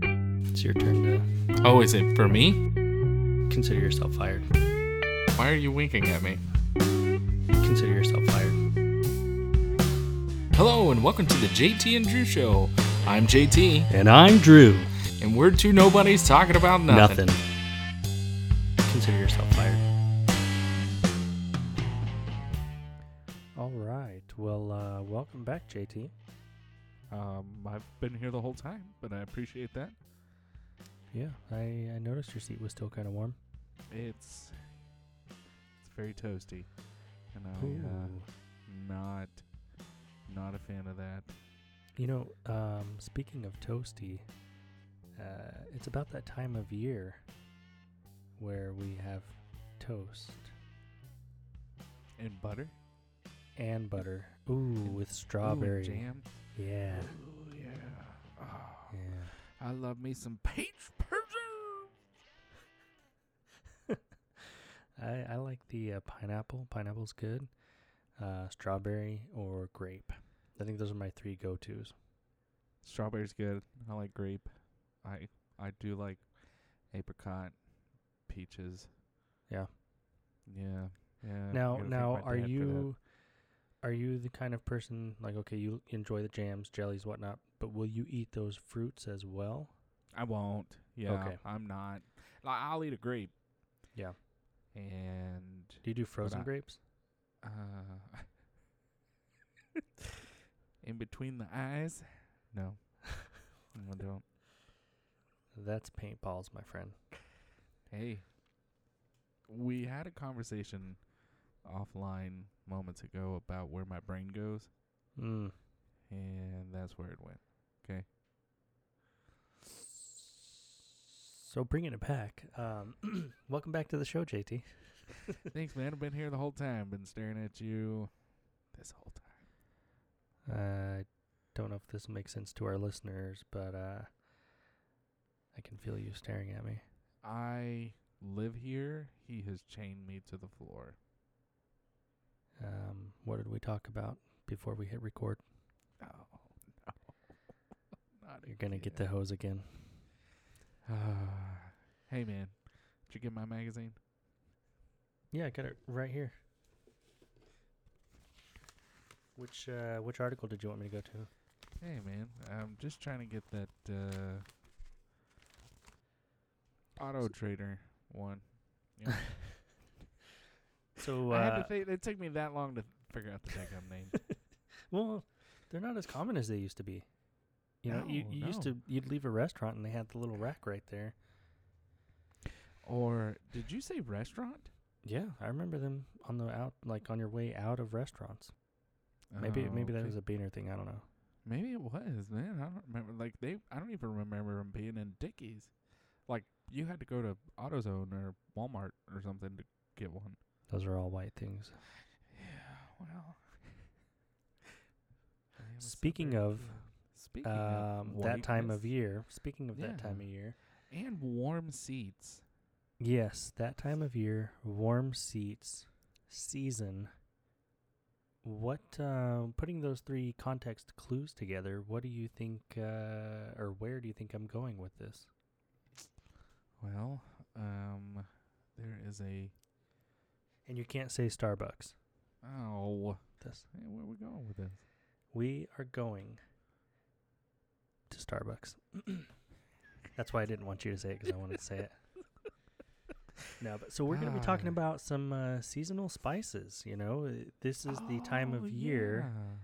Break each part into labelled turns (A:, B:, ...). A: it's your turn
B: Oh, is it for me?
A: to consider yourself fired.
B: Why are you winking at me?
A: Consider yourself fired.
B: Hello, and welcome to the JT and Drew Show. I'm JT,
A: And I'm Drew.
B: and we're two nobodies talking about nothing.
A: Nothing. Consider yourself fired.
C: All right. Well, uh, welcome back, JT.
B: Um, I've been here the whole time, but I appreciate that.
C: Yeah, I, I noticed your seat was still kind of warm.
B: It's it's very toasty, and I'm uh, not not a fan of that.
C: You know, um, speaking of toasty, uh, it's about that time of year where we have toast
B: And butter,
C: and butter. Ooh, with
B: Ooh, and
C: strawberry.
B: jam.
C: Yeah,
B: Ooh, yeah. Oh,
C: yeah.
B: I love me some peach preserve.
C: I, I like the uh, pineapple. Pineapple's good. Uh, strawberry or grape. I think those are my three go-tos.
B: Strawberry's good. I like grape. I I do like apricot, peaches.
C: Yeah.
B: Yeah. Yeah. I'm
C: now
B: gonna thank
C: now
B: my
C: are
B: dad for that.
C: you are you the kind of person like okay you enjoy the jams jellies whatnot but will you eat those fruits as well
B: I won't. Yeah.
C: Okay.
B: I'm not. Like, I'll eat a grape.
C: Yeah.
B: And
C: do you do frozen
B: I-
C: grapes
B: uh in between the eyes? No. I don't.
C: that's paintballs my friend
B: Hey. We had a conversation offline moments ago about where my brain goes.
C: mm.
B: And that's where it went.
C: so bringing it back um, welcome back to the show jt
B: Thanks, man. I've been here the whole time. Been staring at you this whole time.
C: i don't know if this makes sense to our listeners but uh, i can feel you staring at me
B: I live here. He has chained me to the floor.
C: um, what did we talk about before we hit record
B: Oh, no. Not
C: you're gonna get the
B: again.
C: hose again
B: hey, man. Did you get my magazine?
C: Yeah, I got it right here. Which uh, which article did you want me to go to?
B: Hey, man. I'm just trying to get that uh, Auto Trader one. Yeah.
C: So
B: I had
C: uh,
B: to think. It took me that long to figure out the daggum name.
C: well, they're not as common as they used to be. You know, you,
B: No,
C: you used
B: no.
C: to you'd leave a restaurant and they had the little rack right there.
B: Or did you say restaurant?
C: Yeah, I remember them on the out like on your way out of restaurants. Maybe
B: Oh,
C: maybe that
B: okay.
C: was a Beaner thing. I don't know.
B: Maybe it was, man. I don't remember. Like they, I don't even remember them being in Dickies. Like you had to go to AutoZone or Walmart or something to get one.
C: Those are all white things.
B: Yeah. Well. I am a
C: Speaking
B: suburb
C: of,
B: kid. speaking
C: Um, that time of
B: whiteness
C: year. Speaking of that time of
B: Yeah.
C: year,
B: and warm seats,
C: Yes, that time of year, warm seats, season. What, uh, putting those three context clues together, what do you think, uh, or where do you think I'm going with this?
B: well, um, there is a
C: And you can't say Starbucks.
B: oh,
C: This.
B: hey, where we going with this?
C: We are going to Starbucks. That's why I didn't want you to say it because I wanted to say it. No, but so we're going to be talking
B: Ah.
C: about some uh, seasonal spices. You know, Uh, this is the time
B: Oh,
C: of year.
B: yeah.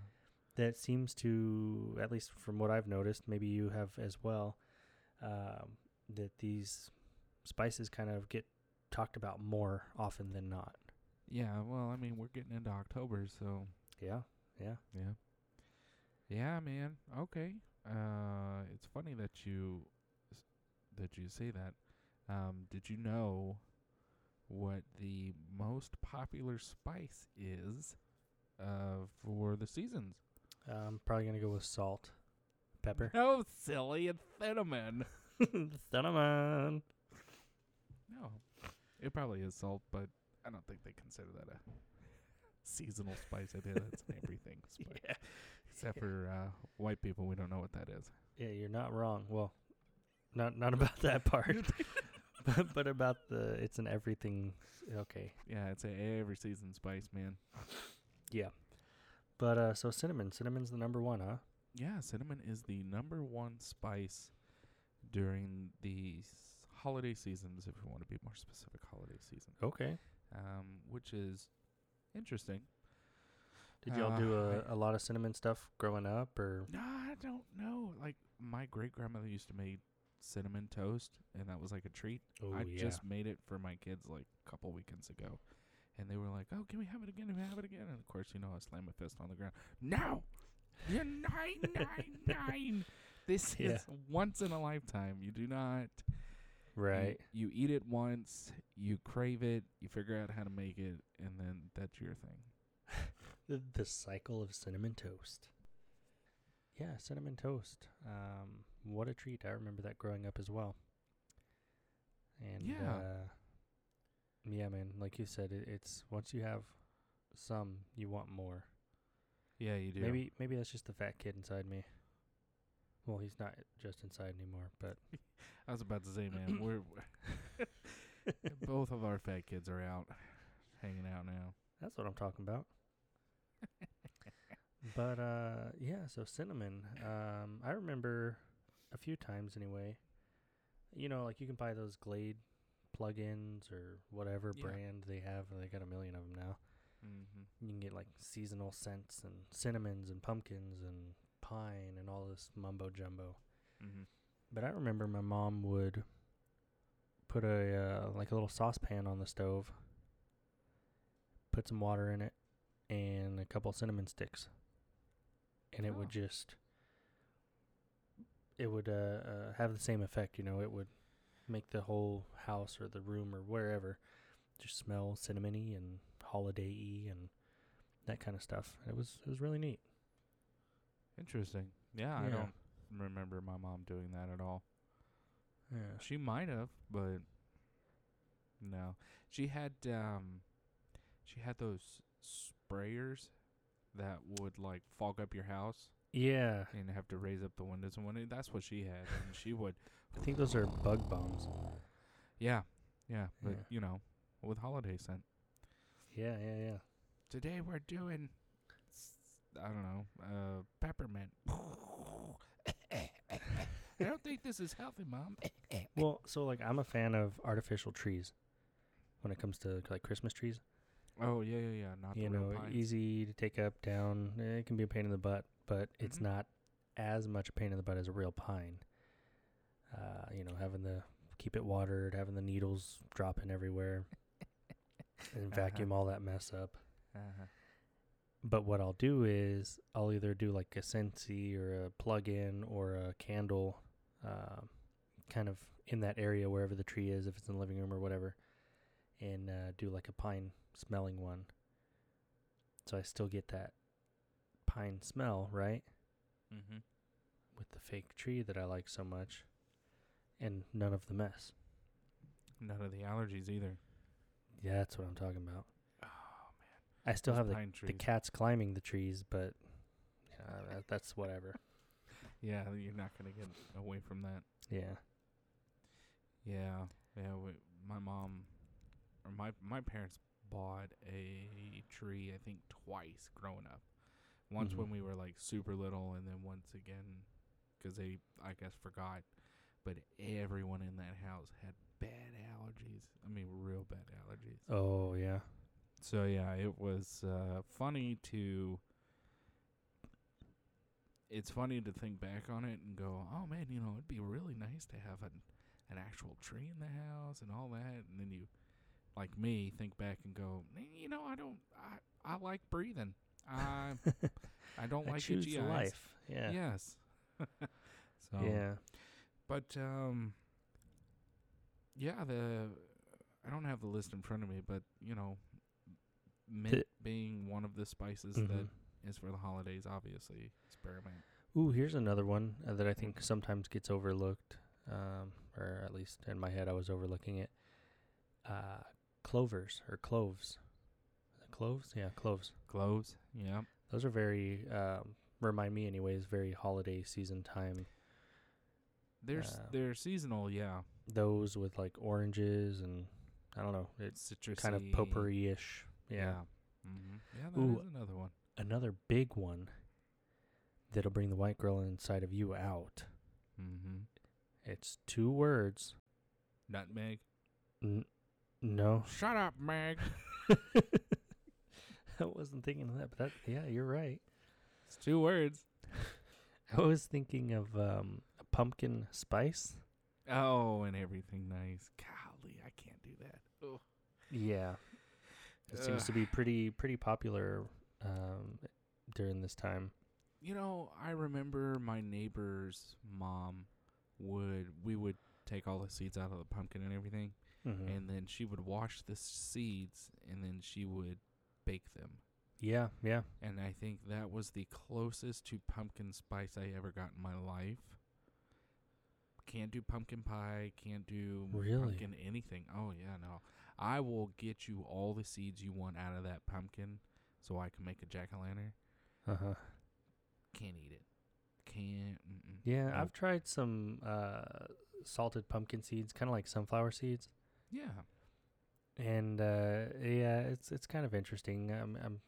C: that seems to, at least from what I've noticed, maybe you have as well, um, that these spices kind of get talked about more often than not.
B: Yeah, well, I mean, we're getting into October, so
C: Yeah, yeah.
B: Yeah. Yeah, man. Okay. Uh, it's funny that you s- that you say that. Um, did you know what the most popular spice is uh, for the seasons?
C: I'm Um, probably gonna go with salt, pepper,
B: No, silly, it's cinnamon.
C: cinnamon.
B: No, it probably is salt, but I don't think they consider that a seasonal spice. I think that's an everything spice,
C: Yeah.
B: except
C: yeah.
B: for uh, white people. We don't know what that is.
C: yeah, you're not wrong. Well, Not not about that part, but, but about the it's an everything. Okay,
B: Yeah, it's a every season spice, man.
C: yeah. But uh, so cinnamon, cinnamon's the number one, huh?
B: Yeah, cinnamon is the number one spice during the s- holiday seasons, if we want to be more specific, holiday season,
C: Okay.
B: um, which is interesting.
C: Did y'all
B: Uh,
C: do
B: I-
C: a, a lot of cinnamon stuff growing up, or
B: No, I don't know. Like my great grandmother used to make cinnamon toast, and that was like a treat.
C: Oh,
B: I just made it for my kids like a couple weekends ago, and they were like, "Oh, can we have it again? Can we have it again?" And of course, you know, I slam my fist on the ground. No, you're nine nine nine. This
C: Yeah.
B: is once in a lifetime. You do not. you-
C: right?
B: You, eat it once. You crave it. You figure out how to make it, and then that's your thing.
C: The, the cycle of cinnamon toast. Yeah, cinnamon toast. Um, what a treat! I remember that growing up as well. And
B: Yeah.
C: uh, yeah, man. Like you said, it, it's once you have some, you want more.
B: Yeah, you do.
C: Maybe maybe that's just the fat kid inside me. Well, he's not just inside anymore, but
B: I was about to say, man, we're both of our fat kids are out hanging out now.
C: That's what I'm talking about. but uh yeah, so cinnamon. Um I remember a few times anyway. You know, like you can buy those Glade plugins or whatever
B: Yeah.
C: brand they have. They got a million of them now.
B: Mm-hmm.
C: You can get like seasonal scents and cinnamons and pumpkins and pine and all this mumbo jumbo.
B: Mm-hmm.
C: But I remember my mom would put a uh, like a little saucepan on the stove, put some water in it, and a couple cinnamon sticks, and it would
B: Oh.
C: just it would uh, uh, have the same effect. You know, it would make the whole house or the room or wherever just smell cinnamony and holiday-y and that kind of stuff. It was it was really neat.
B: Interesting. Yeah, I
C: Yeah.
B: don't remember my mom doing that at all.
C: Yeah.
B: She might have, but no. She had um she had those sprayers that would like fog up your house
C: Yeah.
B: and have to raise up the windows and when that's what she had and she would
C: I think those are bug bombs.
B: yeah yeah but
C: Yeah.
B: you know with holiday scent
C: Yeah, yeah, yeah.
B: today we're doing s- I don't know uh peppermint I don't think this is healthy mom
C: Well, so like I'm a fan of artificial trees when it comes to like Christmas trees.
B: oh yeah yeah yeah not
C: you
B: the real
C: know,
B: pines.
C: easy to take up, down. eh, It can be a pain in the butt, but it's
B: Mhm.
C: not as much a pain in the butt as a real pine. Uh, you know, having the keep it watered, having the needles dropping everywhere, and
B: Uh-huh.
C: vacuum all that mess up.
B: uh-huh.
C: But what I'll do is I'll either do like a Scentsy or a plug-in or a candle, uh, kind of in that area wherever the tree is, if it's in the living room or whatever, and uh, do like a pine smelling one. So I still get that pine smell, right,
B: mm-hmm.
C: with the fake tree that I like so much, and none of the mess.
B: None of the allergies either.
C: Yeah, that's what I'm talking about.
B: Oh,
C: I still have the,
B: pine
C: the
B: trees.
C: cats climbing the trees, but uh, that, that's whatever.
B: yeah, you're not gonna get away from that.
C: Yeah.
B: Yeah, yeah. We, my mom, or my my parents bought a tree. I think twice growing up. Once
C: Mhm.
B: when we were like super little, and then once again because they, I guess, forgot. But everyone in that house had bad allergies. I mean, real bad allergies.
C: Oh yeah.
B: So yeah, it was uh, funny to. It's funny to think back on it and go, "Oh man, you know, it'd be really nice to have an an actual tree in the house and all that." And then you, like me, think back and go, "Nah, "You know, I don't. I I like breathing. I I don't
C: I
B: like
C: choose
B: itchy eyes.
C: life. Yeah. Yeah.
B: Yes. so but um, yeah, the I don't have the list in front of me, but you know, mint being one of the spices that
C: Mhm.
B: is for the holidays, obviously, spearmint.
C: Ooh, here's another one uh, that I think sometimes gets overlooked, um, or at least in my head I was overlooking it. Uh, clovers or cloves. Is it Cloves? Yeah, cloves.
B: Cloves, yeah,
C: Those are very um, remind me, anyways, very holiday season time
B: They're s
C: Uh,
B: they're seasonal, yeah.
C: Those with like oranges and I don't know. It's
B: citrusy.
C: kind of potpourri ish. yeah.
B: hmm Yeah, that is
C: Ooh.
B: another one.
C: another big one that'll bring the white girl inside of you out.
B: Mm-hmm.
C: It's two words.
B: Nutmeg.
C: N- no,
B: Shut up, Meg.
C: I wasn't thinking of that, but that yeah, you're right.
B: It's two words.
C: I was thinking of um, a pumpkin spice.
B: Oh, and everything nice. Golly, I can't do that. Ugh.
C: Yeah, it seems to be pretty pretty popular um, during this time.
B: You know, I remember my neighbor's mom would we would take all the seeds out of the pumpkin and everything,
C: Mhm.
B: and then she would wash the seeds and then she would bake them.
C: yeah, yeah,
B: And I think that was the closest to pumpkin spice I ever got in my life. Can't do pumpkin pie, can't do
C: Really?
B: pumpkin anything. Oh yeah, no. I will get you all the seeds you want out of that pumpkin so I can make a jack o' lantern.
C: uh huh.
B: Can't eat it. Can't. Mm-mm.
C: Yeah,
B: Nope.
C: I've tried some uh, salted pumpkin seeds, kind of like sunflower seeds.
B: Yeah.
C: and uh, yeah, it's it's kind of interesting. Um, I'm,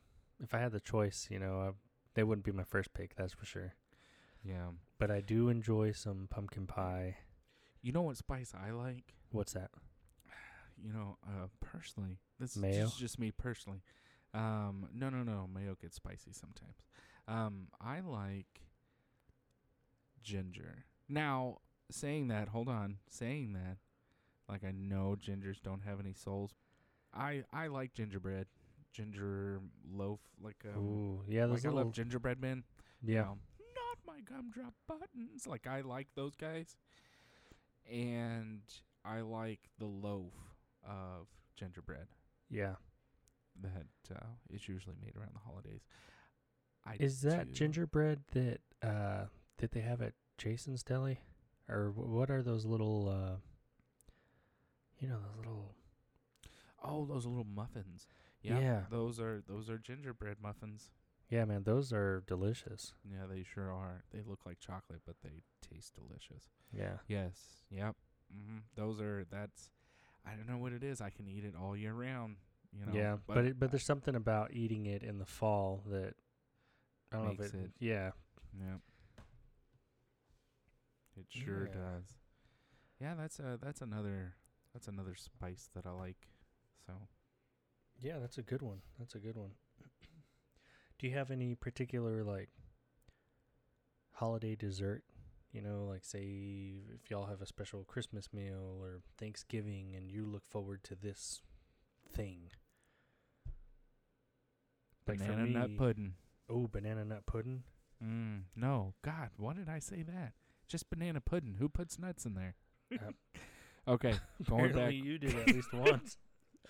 C: if I had the choice, you know, uh, they wouldn't be my first pick, that's for sure.
B: Yeah.
C: But I do enjoy some pumpkin pie.
B: You know what spice I like?
C: What's that?
B: You know, uh, personally, this is
C: Mayo?
B: just, just me personally. Um, no, no, no. Mayo gets spicy sometimes. Um, I like ginger. Now, saying that, hold on. Saying that, like I know gingers don't have any souls. I I like gingerbread, ginger loaf, like um,
C: Ooh, yeah,
B: like
C: those
B: I
C: little,
B: love gingerbread men. you
C: yeah,
B: know, not my gumdrop buttons. Like I like those guys, and I like the loaf of gingerbread
C: yeah.
B: that uh, is usually made around the holidays. I
C: Is that
B: do-
C: gingerbread that uh, that they have at Jason's Deli, or wh- what are those little, uh, you know, those little?
B: Oh, those little muffins.
C: Yeah.
B: those are those are gingerbread muffins.
C: Yeah, man, those are delicious.
B: Yeah, they sure are. They look like chocolate, but they taste delicious.
C: Yeah,
B: Yes. Yep. hmm Those are. That's. I don't know what it is. I can eat it all year round. You know.
C: yeah, but it, but there's something about eating it in the fall that I don't
B: Makes
C: know if
B: it-
C: it yeah
B: Yep. It sure
C: Yeah.
B: does. Yeah, that's a that's another that's another spice that I like. So
C: Yeah, that's a good one. That's a good one. Do you have any particular like holiday dessert? You know, like say if y'all have a special Christmas meal or Thanksgiving and you look forward to this thing. Like for
B: banana nut
C: me-
B: pudding.
C: Oh, banana nut pudding?
B: Mm, no, God, why did I say that? Just banana pudding. Who puts nuts in there?
C: Uh,
B: okay, going back.
C: Apparently you did at least once.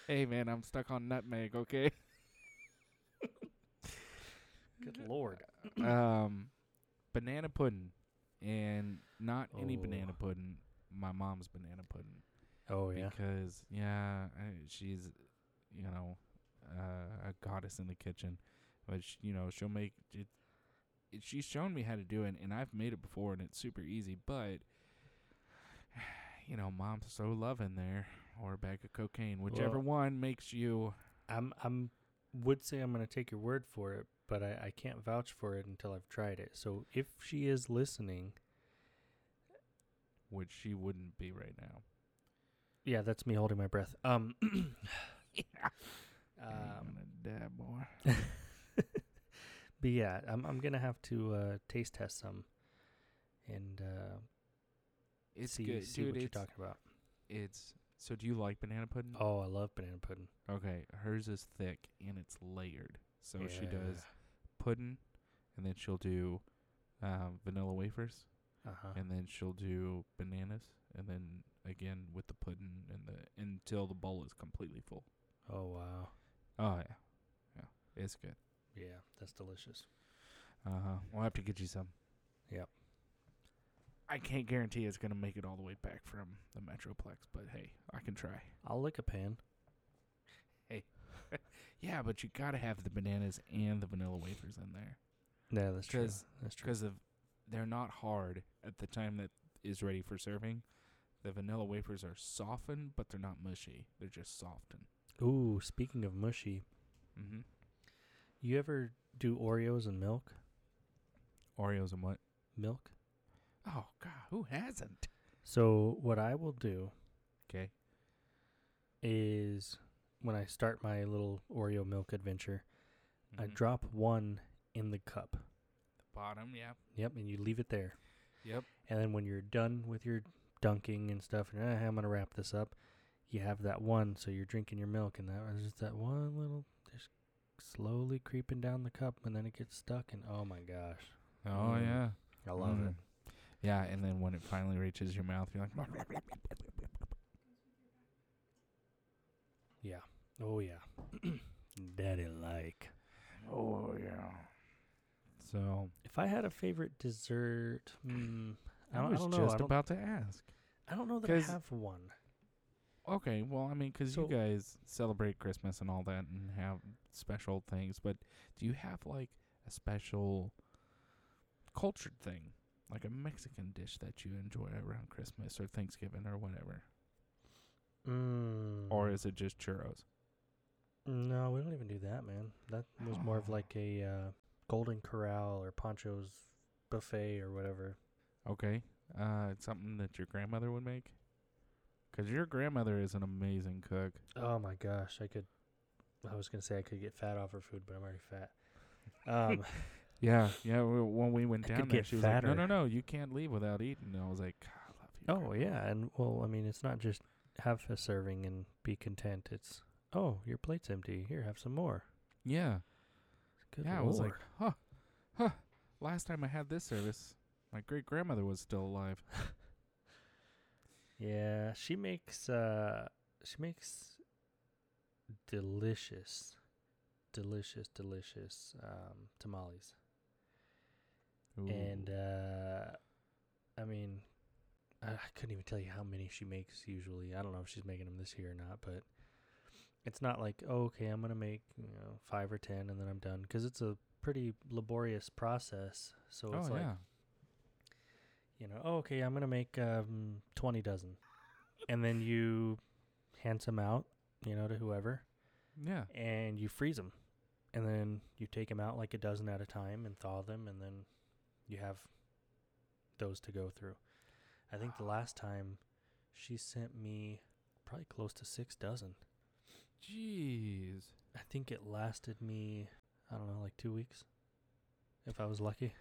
B: Hey man, I'm stuck on nutmeg. Okay.
C: Good lord.
B: um, banana pudding, and not any banana
C: Oh.
B: pudding. My mom's banana pudding.
C: Oh yeah.
B: because yeah, I- she's you know uh, a goddess in the kitchen, but sh- you know she'll make it, it. She's shown me how to do it, and I've made it before, and it's super easy. But you know, mom's so loving there, or a bag of cocaine, whichever
C: Well-
B: one makes you.
C: I'm I'm would say I'm gonna take your word for it, but I, I can't vouch for it until I've tried it. So if she is listening,
B: Which she wouldn't be right now.
C: yeah, that's me holding my breath. Um
B: I'm
C: Um,
B: gonna dab more.
C: but yeah, I'm I'm gonna have to uh, taste test some and uh,
B: It's
C: see
B: good,
C: see
B: dude.
C: what you're
B: It's, Mm.
C: talking about.
B: it's so. Do you like banana pudding?
C: Oh, I love banana pudding.
B: Okay, hers is thick and it's layered. So she does
C: Yeah.
B: pudding, and then she'll do um, vanilla wafers,
C: Uh-huh.
B: and then she'll do bananas, and then again with the pudding and the until the bowl is completely full.
C: oh wow,
B: Oh yeah, yeah, it's good.
C: yeah, that's delicious.
B: Uh huh. We'll have to get you some.
C: Uh-huh. Yep.
B: I can't guarantee it's gonna make it all the way back from the Metroplex, but hey, I can try.
C: I'll lick a pan.
B: Yeah, but you gotta have the bananas and the vanilla wafers in there.
C: No, that's true.
B: Because-
C: That's true.
B: because of they're not hard at the time that is ready for serving. The vanilla wafers are softened, but they're not mushy. They're just softened.
C: Ooh, speaking of mushy,
B: Mm-hmm.
C: you ever do Oreos and milk?
B: Oreos and what?
C: Milk?
B: Oh God, who hasn't?
C: So what I will do
B: Okay.
C: is when I start my little Oreo milk adventure, I
B: Mm-hmm.
C: drop one in the cup.
B: bottom. Yeah.
C: Yep, and you leave it there.
B: Yep.
C: And then when you're done with your dunking and stuff, and "Ah, I'm gonna wrap this up, you have that one. So you're drinking your milk, and that was just that one little, just slowly creeping down the cup, and then it gets stuck, and oh my gosh,
B: Oh
C: Mm.
B: yeah.
C: I love
B: Mm.
C: it.
B: Yeah, and then when it finally reaches your mouth, you're like,
C: Yeah. Oh yeah. Daddy like.
B: oh yeah. So
C: If I had a favorite dessert, hmm, I
B: I
C: don't, I
B: was
C: don't know. I
B: just
C: don't,
B: about to ask.
C: I don't know that I
B: 'cause-
C: have one.
B: Okay, well, I mean, 'cause
C: So-
B: you guys celebrate Christmas and all that and have special things, but do you have like a special cultured thing, like a Mexican dish that you enjoy around Christmas or Thanksgiving or whatever,
C: Mm.
B: or is it just churros?
C: no, we don't even do that, man. That was more of
B: Oh.
C: like a uh, Golden Corral or Poncho's buffet or whatever.
B: Okay, uh, it's something that your grandmother would make, 'cause your grandmother is an amazing cook.
C: Oh my gosh, I could. I was gonna say I could get fat off her food, but I'm already fat. Um,
B: Yeah, yeah. w- When we went
C: I could
B: down there,
C: get
B: she was like, "No,
C: fatter."
B: no, no, you can't leave without eating." And I was like, "God, "I love you."
C: oh yeah, and well, I mean, it's not just have a serving and be content. It's oh, your plate's empty. Here, have some more.
B: yeah,
C: Good
B: yeah. I was like,
C: lord.
B: "Huh, huh." Last time I had this service, my great grandmother was still alive.
C: yeah. She makes uh, she makes delicious, delicious, delicious um tamales. and
B: Ooh.
C: uh, I mean, I, I couldn't even tell you how many she makes usually. I don't know if she's making them this year or not, but it's not like oh, okay, I'm gonna make you know five or ten and then I'm done because it's a pretty laborious process. So
B: oh
C: it's like
B: yeah,
C: you know, oh, okay, I'm gonna make um, twenty dozen, and then you hand some out, you know, to whoever,
B: yeah.
C: and you freeze them, and then you take them out like a dozen at a time and thaw them, and then you have those to go through. I think the last time she sent me probably close to six dozen.
B: Jeez.
C: I think it lasted me, I don't know, like two weeks, if I was lucky.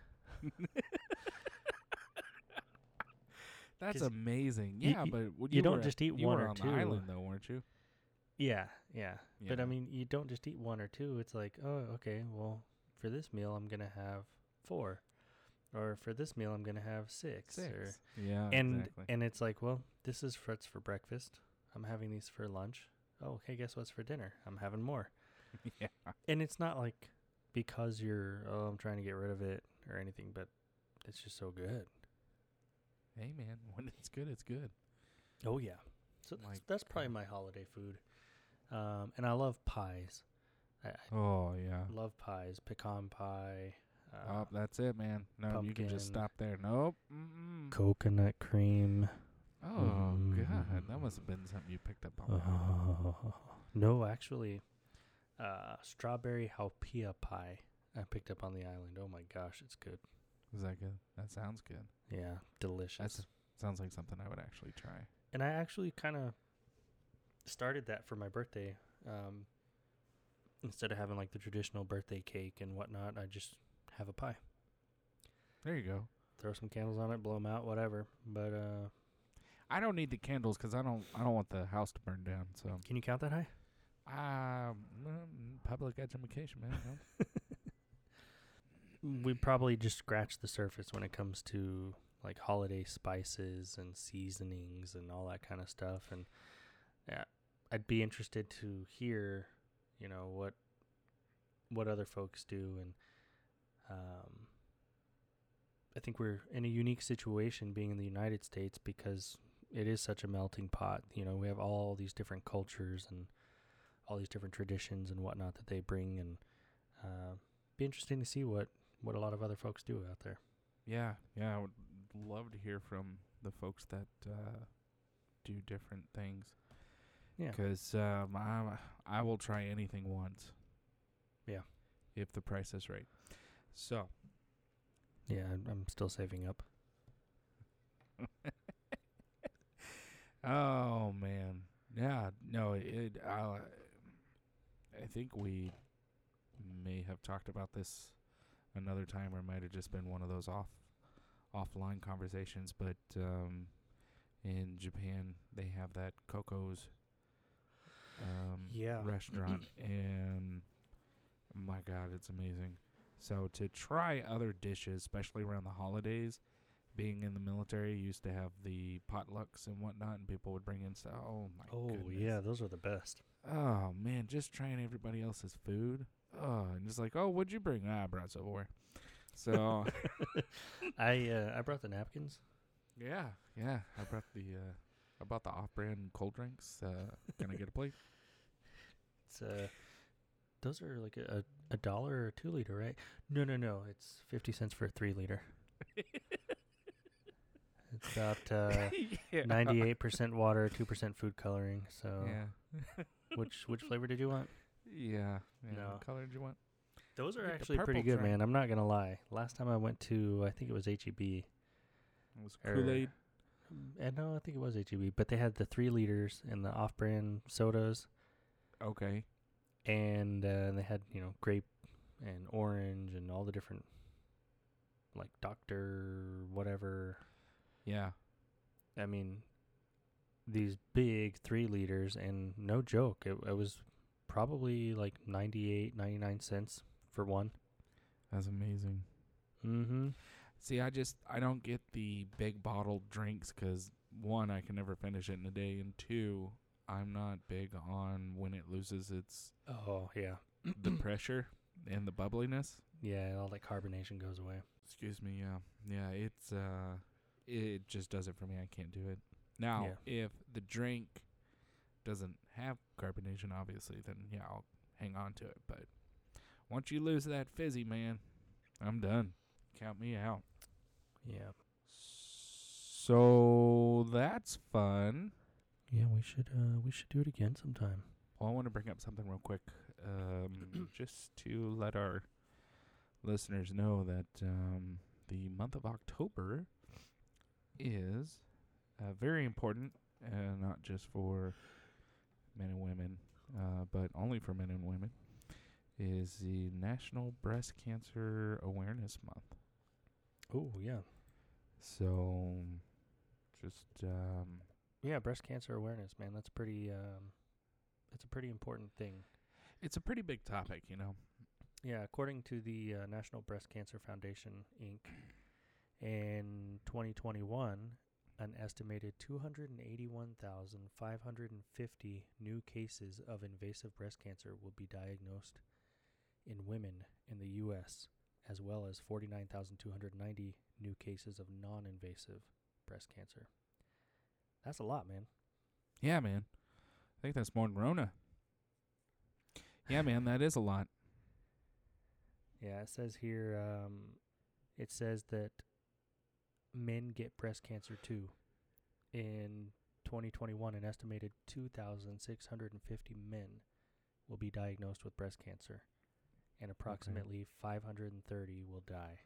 B: That's
C: 'Cause
B: amazing.
C: you-
B: Yeah,
C: you-
B: but would
C: you
B: you
C: don't
B: were-
C: just eat
B: you
C: one
B: were
C: or
B: on
C: two.
B: the island though, weren't you?
C: Yeah, yeah. But
B: Yeah.
C: I mean, you don't just eat one or two. It's like, oh, okay, well, for this meal, I'm going to have four. Or for this meal, I'm going to have six. Or,
B: Six. Yeah,
C: and
B: exactly.
C: and it's like, well, this is what's for breakfast. I'm having these for lunch. Oh, okay, guess what's for dinner? I'm having more.
B: yeah.
C: And it's not like because you're, oh, I'm trying to get rid of it or anything, but it's just so good.
B: Hey man, when it's good, it's good.
C: Oh yeah, so
B: My
C: that's, that's probably
B: God.
C: my holiday food. Um, and I love pies. I, I
B: Oh yeah.
C: love pies, pecan pie, uh,
B: Oh, that's it, man. No, you can just
C: pumpkin.
B: stop there. Nope. Mm-mm.
C: coconut cream.
B: Oh
C: Mm-hmm.
B: god, that must have been something you picked up on.
C: Uh-huh.
B: that.
C: Oh. no, actually, uh, strawberry halpia pie. I picked up on the island. Oh my gosh, it's good.
B: Is that good? That sounds good.
C: Yeah, delicious.
B: That's sounds like something I would actually try.
C: and I actually kind of started that for my birthday. Um, instead of having like the traditional birthday cake and whatnot, I just have a pie.
B: There you go.
C: Throw some candles on it, blow them out, whatever. But uh,
B: I don't need the candles 'cause I don't. I don't want the house to burn down. So,
C: can you count that high?
B: um, mm, public education, man. no.
C: We probably just scratched the surface when it comes to like holiday spices and seasonings and all that kind of stuff. And yeah, I'd be interested to hear, you know, what what other folks do. And um, I think we're in a unique situation being in the United States because it is such a melting pot. You know, we have all these different cultures and all these different traditions and whatnot that they bring and. Uh, be interesting to see what what a lot of other folks do out there.
B: Yeah, yeah. I would love to hear from the folks that uh, do different things.
C: Yeah.
B: Because um, I'm, I will try anything once.
C: Yeah.
B: If the price is right. So,
C: Yeah, I'm, I'm still saving up.
B: oh man, yeah, no, it. I, I think we may have talked about this another time, or it might have just been one of those off offline conversations. But um, in Japan, they have that Coco's um,
C: Yeah.
B: restaurant, and my God, it's amazing. So to try other dishes, especially around the holidays, being in the military, you used to have the potlucks and whatnot, and people would bring in stuff. Oh my!
C: Oh
B: goodness.
C: yeah, those are the best.
B: Oh man, just trying everybody else's food. Oh, and just like, oh, what'd you bring? Ah, I brought silverware.
C: Oh.
B: So
C: I uh, I brought the napkins.
B: yeah, yeah, I brought the uh, I brought the off-brand cold drinks. Uh, can I get a plate?
C: It's uh, those are like a, a dollar or two liter, right? No, no, no. It's fifty cents for a three liter. it's about
B: yeah.
C: ninety eight percent water, two percent food coloring. So
B: Yeah,
C: which which flavor did you want?
B: yeah. yeah.
C: No.
B: What color did you want?
C: Those
B: I
C: are
B: think the
C: actually pretty
B: purple
C: good,
B: drink.
C: man. I'm not gonna lie. Last time I went to, I think it was E HEB.
B: It was
C: or-
B: Kool Aid.
C: And Eh, no, I think it was HEB, but they had the three liters and the off-brand sodas,
B: Okay.
C: and uh, they had you know grape and orange and all the different like Doctor whatever.
B: Yeah.
C: I mean, these big three liters, and no joke, it, it was probably like 98, 99 cents for one.
B: That's amazing.
C: Mm-hmm.
B: See, I just I don't get the big bottled drinks because one, I can never finish it in a day, and two, I'm not big on when it loses its
C: Oh yeah,
B: the pressure and the bubbliness.
C: yeah. All that carbonation goes away.
B: Excuse me. Yeah, yeah. It's uh, it just does it for me. I can't do it. Now, if the drink doesn't have carbonation, obviously, then yeah, I'll hang on to it. But once you lose that fizzy, man, I'm done. Count me out.
C: Yeah.
B: So that's fun.
C: Yeah, we should uh, we should do it again sometime.
B: Well, I want to bring up something real quick, um, just to let our listeners know that um, the month of October is uh, very important, uh, not just for men and women, uh, but only for men and women. Is the National Breast Cancer Awareness Month.
C: Oh yeah,
B: So, just um,
C: yeah. Breast cancer awareness, man. That's pretty. Um, that's a pretty important thing.
B: it's a pretty big topic, you know.
C: Yeah, according to the uh, National Breast Cancer Foundation, Inc., in 2021, an estimated 281,550 new cases of invasive breast cancer will be diagnosed in women in the U.S., as well as 49,290 new cases of non invasive breast cancer. That's a lot, man.
B: Yeah, man. I think that's more than Rona. Yeah, man, that is a lot.
C: Yeah, it says here, um, it says that men get breast cancer too. In 2021, an estimated 2,650 men will be diagnosed with breast cancer, and approximately 530 will die.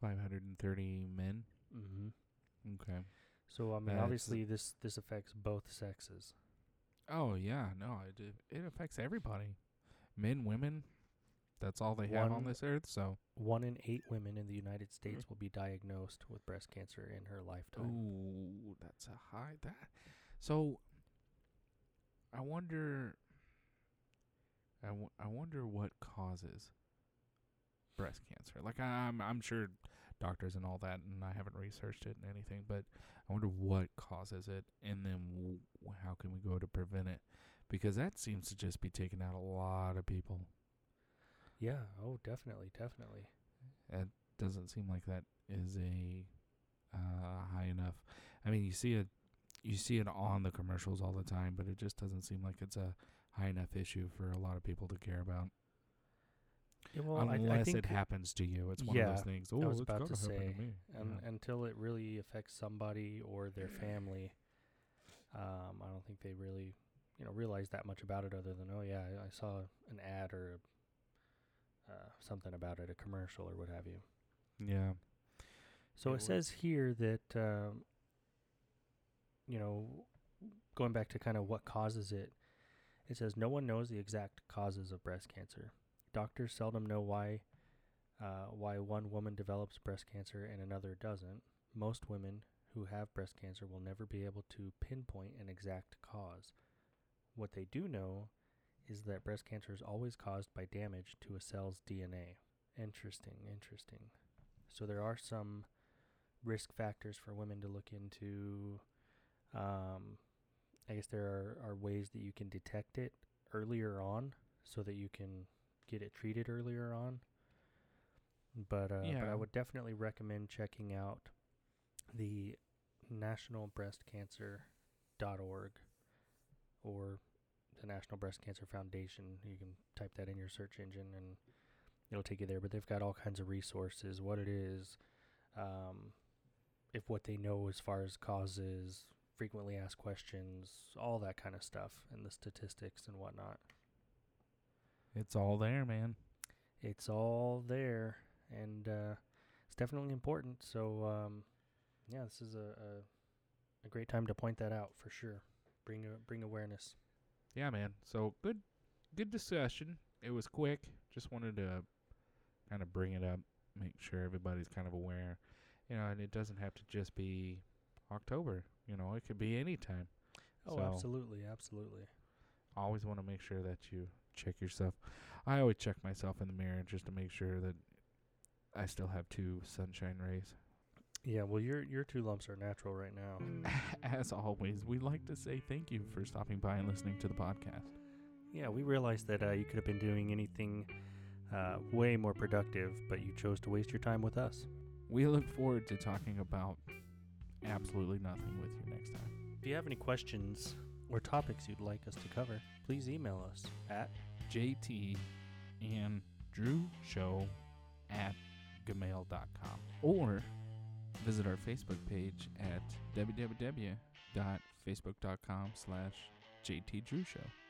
B: 530 men.
C: Mm-hmm.
B: Okay.
C: So, I
B: Yeah,
C: mean,
B: it's a-
C: obviously, this this affects both sexes.
B: Oh, yeah, no, it, it- it affects everybody. Men, women, that's all they have on
C: One-
B: this earth, so.
C: One in eight women in the United States will be diagnosed with breast cancer in her lifetime.
B: Ooh, that's a high that. So I wonder I, w- I wonder what causes breast cancer. Like I, I'm I'm sure doctors and all that and I haven't researched it and anything, but I wonder what causes it and then w- how can we go to prevent it? Because that seems to just be taking out a lot of people.
C: Yeah. Oh, definitely, definitely.
B: It doesn't seem like that is a uh, high enough. I mean, you see it, you see it on the commercials all the time, but it just doesn't seem like it's a high enough issue for a lot of people to care about.
C: Yeah, well, I- I
B: unless
C: think-
B: it happens to you. It's one of
C: Yeah,
B: those things. Oh, it's
C: was about
B: gonna
C: to
B: happen
C: say,
B: to me.
C: and
B: Yeah.
C: until it really affects somebody or their family, um, I don't think they really, you know, realize that much about it. Other than, oh yeah, I, I saw an ad or uh, something about it, a commercial or what have you.
B: yeah.
C: So
A: It
C: it
A: would-
C: says here that, um, you know, going back to kind of what causes it, it says no one knows the exact causes of breast cancer. Doctors seldom know why uh, why one woman develops breast cancer and another doesn't. Most women who have breast cancer will never be able to pinpoint an exact cause. What they do know is that breast cancer is always caused by damage to a cell's DNA. Interesting, interesting. So there are some risk factors for women to look into. Um, I guess there are, are ways that you can detect it earlier on so that you can get it treated earlier on. But, uh, but
B: Yeah.
C: I would definitely recommend checking out the National Breast Cancer dot org or the National Breast Cancer Foundation. You can type that in your search engine and it'll take you there. But they've got all kinds of resources, what it is, um, if what they know as far as causes, frequently asked questions, all that kind of stuff, and the statistics and whatnot.
B: It's all there, man.
C: It's all there, and uh, it's definitely important. So, um, yeah, this is a, a a great time to point that out for sure. Bring a, bring awareness.
B: Yeah, man. So good, good discussion. It was quick. Just wanted to kind of bring it up, make sure everybody's kind of aware, you know. And it doesn't have to just be October. You know, it could be any time.
C: Oh,
B: So-
C: absolutely, absolutely.
B: Always want to make sure that you check yourself. I always check myself in the mirror just to make sure that I still have two sunshine rays.
C: Yeah, well, your your two lumps are natural right now.
B: As always, we'd like to say thank you for stopping by and listening to the podcast.
C: Yeah, we realized that uh, you could have been doing anything uh, way more productive, but you chose to waste your time with us.
B: We look forward to talking about absolutely nothing with you next time.
C: If you have any questions or topics you'd like us to cover, please email us at
B: JT and Drew Show at gmail.com or visit our Facebook page at www.facebook.com slash JT Drew Show.